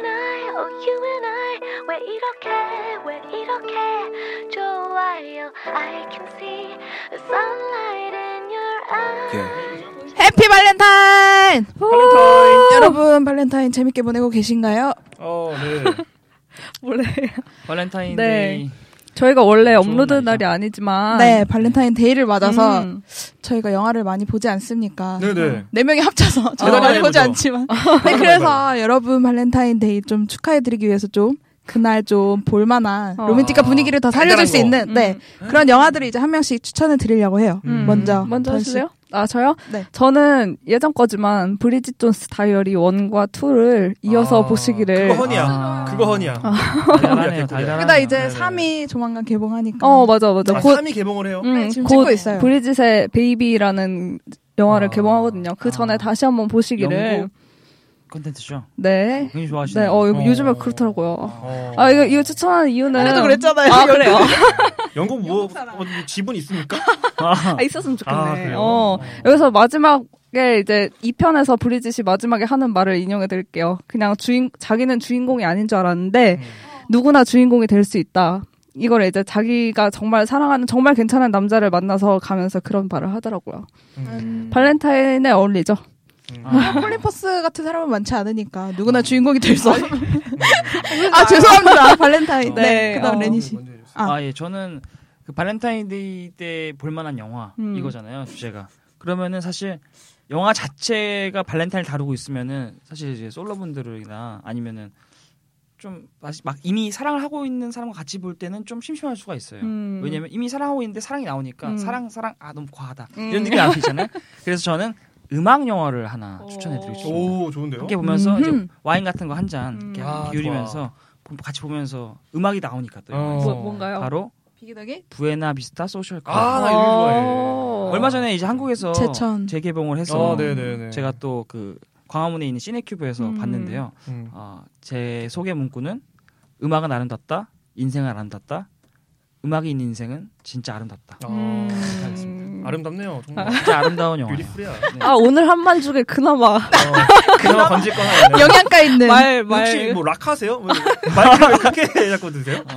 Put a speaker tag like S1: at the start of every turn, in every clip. S1: Oh you and I 왜 이렇게 왜 이렇게 좋아요 I can see the sunlight in your eyes
S2: 해피 발렌타인!
S3: 발렌타인.
S2: 여러분 발렌타인 재밌게 보내고 계신가요?
S3: 어, 네.
S4: 원래
S3: 발렌타인데이.
S4: 네. 저희가 원래 업로드
S3: 날이죠.
S4: 날이 아니지만
S2: 네 발렌타인 데이를 맞아서
S4: 음,
S2: 저희가 영화를 많이 보지 않습니까?
S3: 네, 네.
S2: 네 명이
S4: 어.
S2: 합쳐서 저도
S3: 대단히
S2: 많이
S3: 예쁘죠?
S2: 보지 않지만 네, 그래서 여러분 발렌타인데이 좀 축하해드리기 위해서 좀 그날 좀 볼만한
S4: 어. 음.
S2: 로맨틱한 분위기를 더 살려줄 수
S3: 달달한 거.
S2: 있는 네 그런 영화들을 이제 한 명씩 추천을 드리려고 해요.
S3: 음.
S2: 먼저
S4: 먼저
S2: 던씨.
S4: 하실래요? 아 저요?
S2: 네.
S4: 저는 예전 거지만 브리짓 존스 다이어리 1과 2를 이어서
S3: 아,
S4: 보시기를
S3: 그거 허니야.
S5: 아.
S3: 그거 허니야.
S5: 달달하네요, 달달하네요.
S2: 그다 이제
S3: 아, 네네.
S2: 3이 조만간 개봉하니까.
S4: 어 맞아 맞아
S3: 아,
S4: 곧
S3: 3이 개봉을 해요.
S4: 음,
S2: 네, 지금
S4: 곧
S2: 찍고 있어요.
S4: 브리짓의 베이비라는 영화를
S5: 아.
S4: 개봉하거든요. 그 전에
S5: 아.
S4: 다시 한번 보시기를
S5: 영국 컨텐츠죠.
S4: 네.
S5: 굉장히
S4: 네,
S5: 좋아하시네요.
S4: 어,
S3: 어.
S4: 요즘에 그렇더라고요.
S3: 어.
S4: 아, 이거, 이거 추천하는 이유는.
S2: 그래도 그랬잖아요.
S4: 아, 그래요?
S3: 영국 뭐 어, 지분 있습니까?
S4: 아, 있었으면 좋겠네.
S3: 아, 그래요?
S4: 어. 여기서 마지막에 이제 2편에서 브리짓이 마지막에 하는 말을 인용해 드릴게요. 그냥 주인, 자기는 주인공이 아닌 줄 알았는데,
S3: 음.
S4: 누구나 주인공이 될 수 있다. 이걸 이제 자기가 정말 사랑하는, 정말 괜찮은 남자를 만나서 가면서 그런 말을 하더라고요.
S3: 음.
S4: 발렌타인에 어울리죠.
S5: 아.
S2: 폴리퍼스 같은 사람은 많지 않으니까
S3: 음.
S2: 누구나 주인공이 될 수. 없- 아 죄송합니다 발렌타인. 네.
S4: 네,
S2: 그다음
S4: 어.
S2: 레니 씨.
S3: 먼저 해주세요.
S2: 아.
S5: 아, 예, 저는 그 발렌타인데이 때 볼만한 영화
S4: 음.
S5: 이거잖아요 주제가. 그러면은 사실 영화 자체가 발렌타인을 다루고 있으면은 사실 이제 솔로분들이나 아니면은 좀 다시 막 이미 사랑을 하고 있는 사람과 같이 볼 때는 좀 심심할 수가
S3: 네.
S5: 있어요.
S4: 음.
S5: 왜냐면 이미 사랑하고 있는데 사랑이 나오니까
S4: 음.
S5: 사랑 사랑 아 너무 과하다
S4: 음.
S5: 이런 느낌이 나오잖아요. 그래서 저는 음악 영화를 하나
S4: 오.
S5: 추천해드리겠습니다.
S3: 오, 좋은데요?
S5: 함께 보면서 이제
S2: 음.
S5: 와인 같은 거 한 잔 이렇게
S4: 음.
S3: 아,
S5: 기울이면서 같이 보면서 음악이 나오니까 또
S3: 어.
S4: 뭐, 뭔가요?
S5: 바로
S2: 비기덕이
S5: 부에나비스타 소셜 클럽.
S3: 아, 나 이거
S4: 어.
S3: 좋아해.
S5: 얼마 전에 이제 한국에서
S2: 제천.
S5: 재개봉을 해서
S3: 아, 네, 네, 네.
S5: 제가 또 그 광화문에 있는 시네큐브에서
S4: 음.
S5: 봤는데요.
S3: 음.
S5: 아, 제 소개 문구는 음악은 아름답다, 인생은 아름답다, 음악이 있는 인생은 진짜 아름답다.
S3: 아,
S4: 음.
S3: 괜찮습니다. 아름답네요. 정말.
S5: 진짜 아름다운 어. 영화.
S3: 뷰티풀이야.
S4: 아, 오늘 한 말 중에 그나마.
S3: 그나마 건질 건 아니네.
S2: 영양가 있는.
S4: 말, 말.
S3: 혹시 뭐 락하세요? 뭐, 마이크를 그렇게 잡고 드세요?
S4: 아,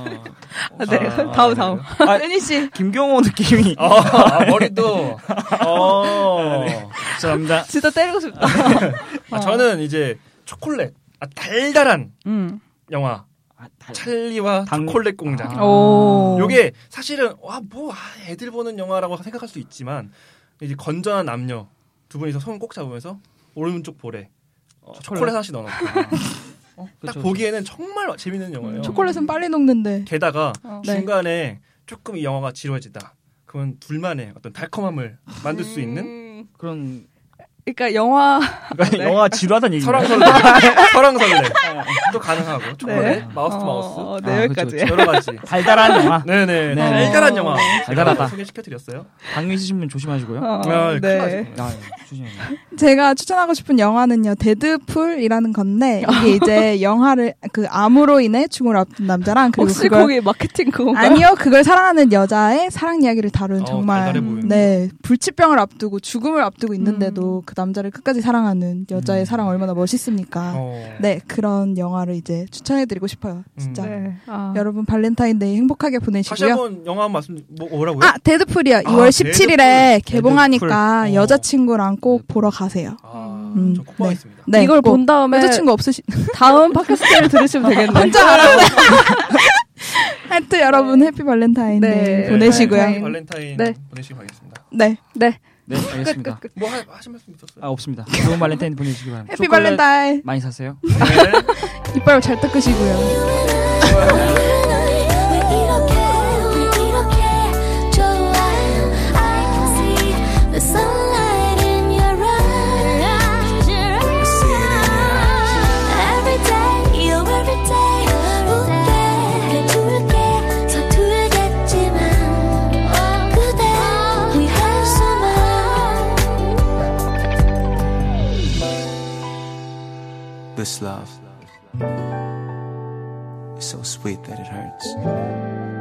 S4: 네,
S3: 아,
S4: 다음, 다음.
S5: 아,
S2: 레니 씨.
S5: 김경호 느낌이.
S3: 아, 아, 머리도. 어.
S5: 네. 죄송합니다.
S4: 진짜 때리고 싶다.
S3: 아, 저는 이제 초콜릿. 아, 달달한
S4: 음.
S3: 영화.
S5: 아, 다-
S3: 찰리와
S5: 당-
S3: 초콜릿 공장.
S5: 아.
S4: 오.
S3: 요게 사실은 와 뭐 애들 보는 영화라고 생각할 수 있지만 이제 건전한 남녀 두 분이서 손 꼭 잡으면서 오른쪽 볼에 어, 초콜릿 하나씩 넣어놓고 어, 딱
S5: 그쵸,
S3: 보기에는 정말 재밌는 영화예요.
S4: 음,
S2: 초콜릿은 빨리 녹는데.
S3: 게다가
S4: 어.
S2: 네.
S3: 중간에 조금 이 영화가 지루해지다. 그러면 둘만의 어떤 달콤함을 만들 수
S4: 음.
S3: 있는
S5: 그런
S4: 그러니까 영화 네.
S5: 영화 지루하다는 얘기인가요?
S3: 설왕설래, 설왕설래 또 가능하고 초콜릿,
S4: 네.
S3: 마우스 그렇죠.
S4: 어,
S3: 투 마우스
S4: 네,
S5: 아,
S4: 여기까지.
S5: 그쵸,
S3: 여러 가지.
S5: 달달한 영화.
S3: 네네,
S5: 네.
S3: 달달한 영화.
S5: 달달하다.
S3: 소개시켜드렸어요.
S5: 방위 쓰신 분 조심하시고요.
S4: 어,
S3: 아, 큰일
S4: 네.
S3: 나죠.
S5: 아, 조심해요.
S2: 제가 추천하고 싶은 영화는요. 데드풀이라는 건데 이게 이제 영화를 그 암으로 인해 죽음을 앞둔 남자랑 그리고
S4: 혹시
S2: 그걸
S4: 거기 마케팅 그건가?
S2: 아니요 그걸 사랑하는 여자의 사랑 이야기를 다룬
S3: 어,
S2: 정말
S3: 달달해 보이네.
S2: 네 불치병을 앞두고 죽음을 앞두고 있는데도 그 남자를 끝까지 사랑하는 여자의
S5: 음.
S2: 사랑 얼마나 멋있습니까?
S3: 어.
S2: 네 그런 영화를 이제 추천해드리고 싶어요. 진짜
S4: 네. 아.
S2: 여러분 발렌타인데이 행복하게
S3: 음. 다시
S2: 보내시고요.
S3: 한번 영화 말씀 뭐, 뭐라고요?
S2: 아 데드풀이요. 2월 17일에 개봉하니까
S3: 데드풀. 어.
S2: 여자친구랑 꼭 보러 가세요.
S3: 아,
S2: 음,
S3: 저 콧방했습니다.
S2: 네,
S4: 이걸
S2: 꼭.
S4: 본 다음에
S2: 여자친구 없으시
S3: 네.
S4: 다음 팟캐스트를 들으시면 되겠네.
S2: 혼자 알아요. 하여튼 여러분 네. 해피 발렌타인데이
S4: 네.
S2: 보내시고요.
S4: 발렌타인.
S3: 발렌타인
S4: 네.
S3: 보내시기 바라겠습니다.
S2: 네.
S4: 네.
S5: 네, 알겠습니다.
S3: 뭐 하, 하신 말씀 있었어요?
S5: 아, 없습니다. 좋은 발렌타인 보내시기 바랍니다.
S2: 해피
S5: 초콜릿
S2: 발렌타인.
S5: 많이 사세요.
S3: 네.
S2: 이빨 잘 닦으시고요.
S1: 왜 이렇게 왜 이렇게 좋아요 I can see the sunlight in your eyes Every day you every day 웃게 해줄게 서툴겠지만 그대 위해서만
S6: This love is so sweet that it hurts.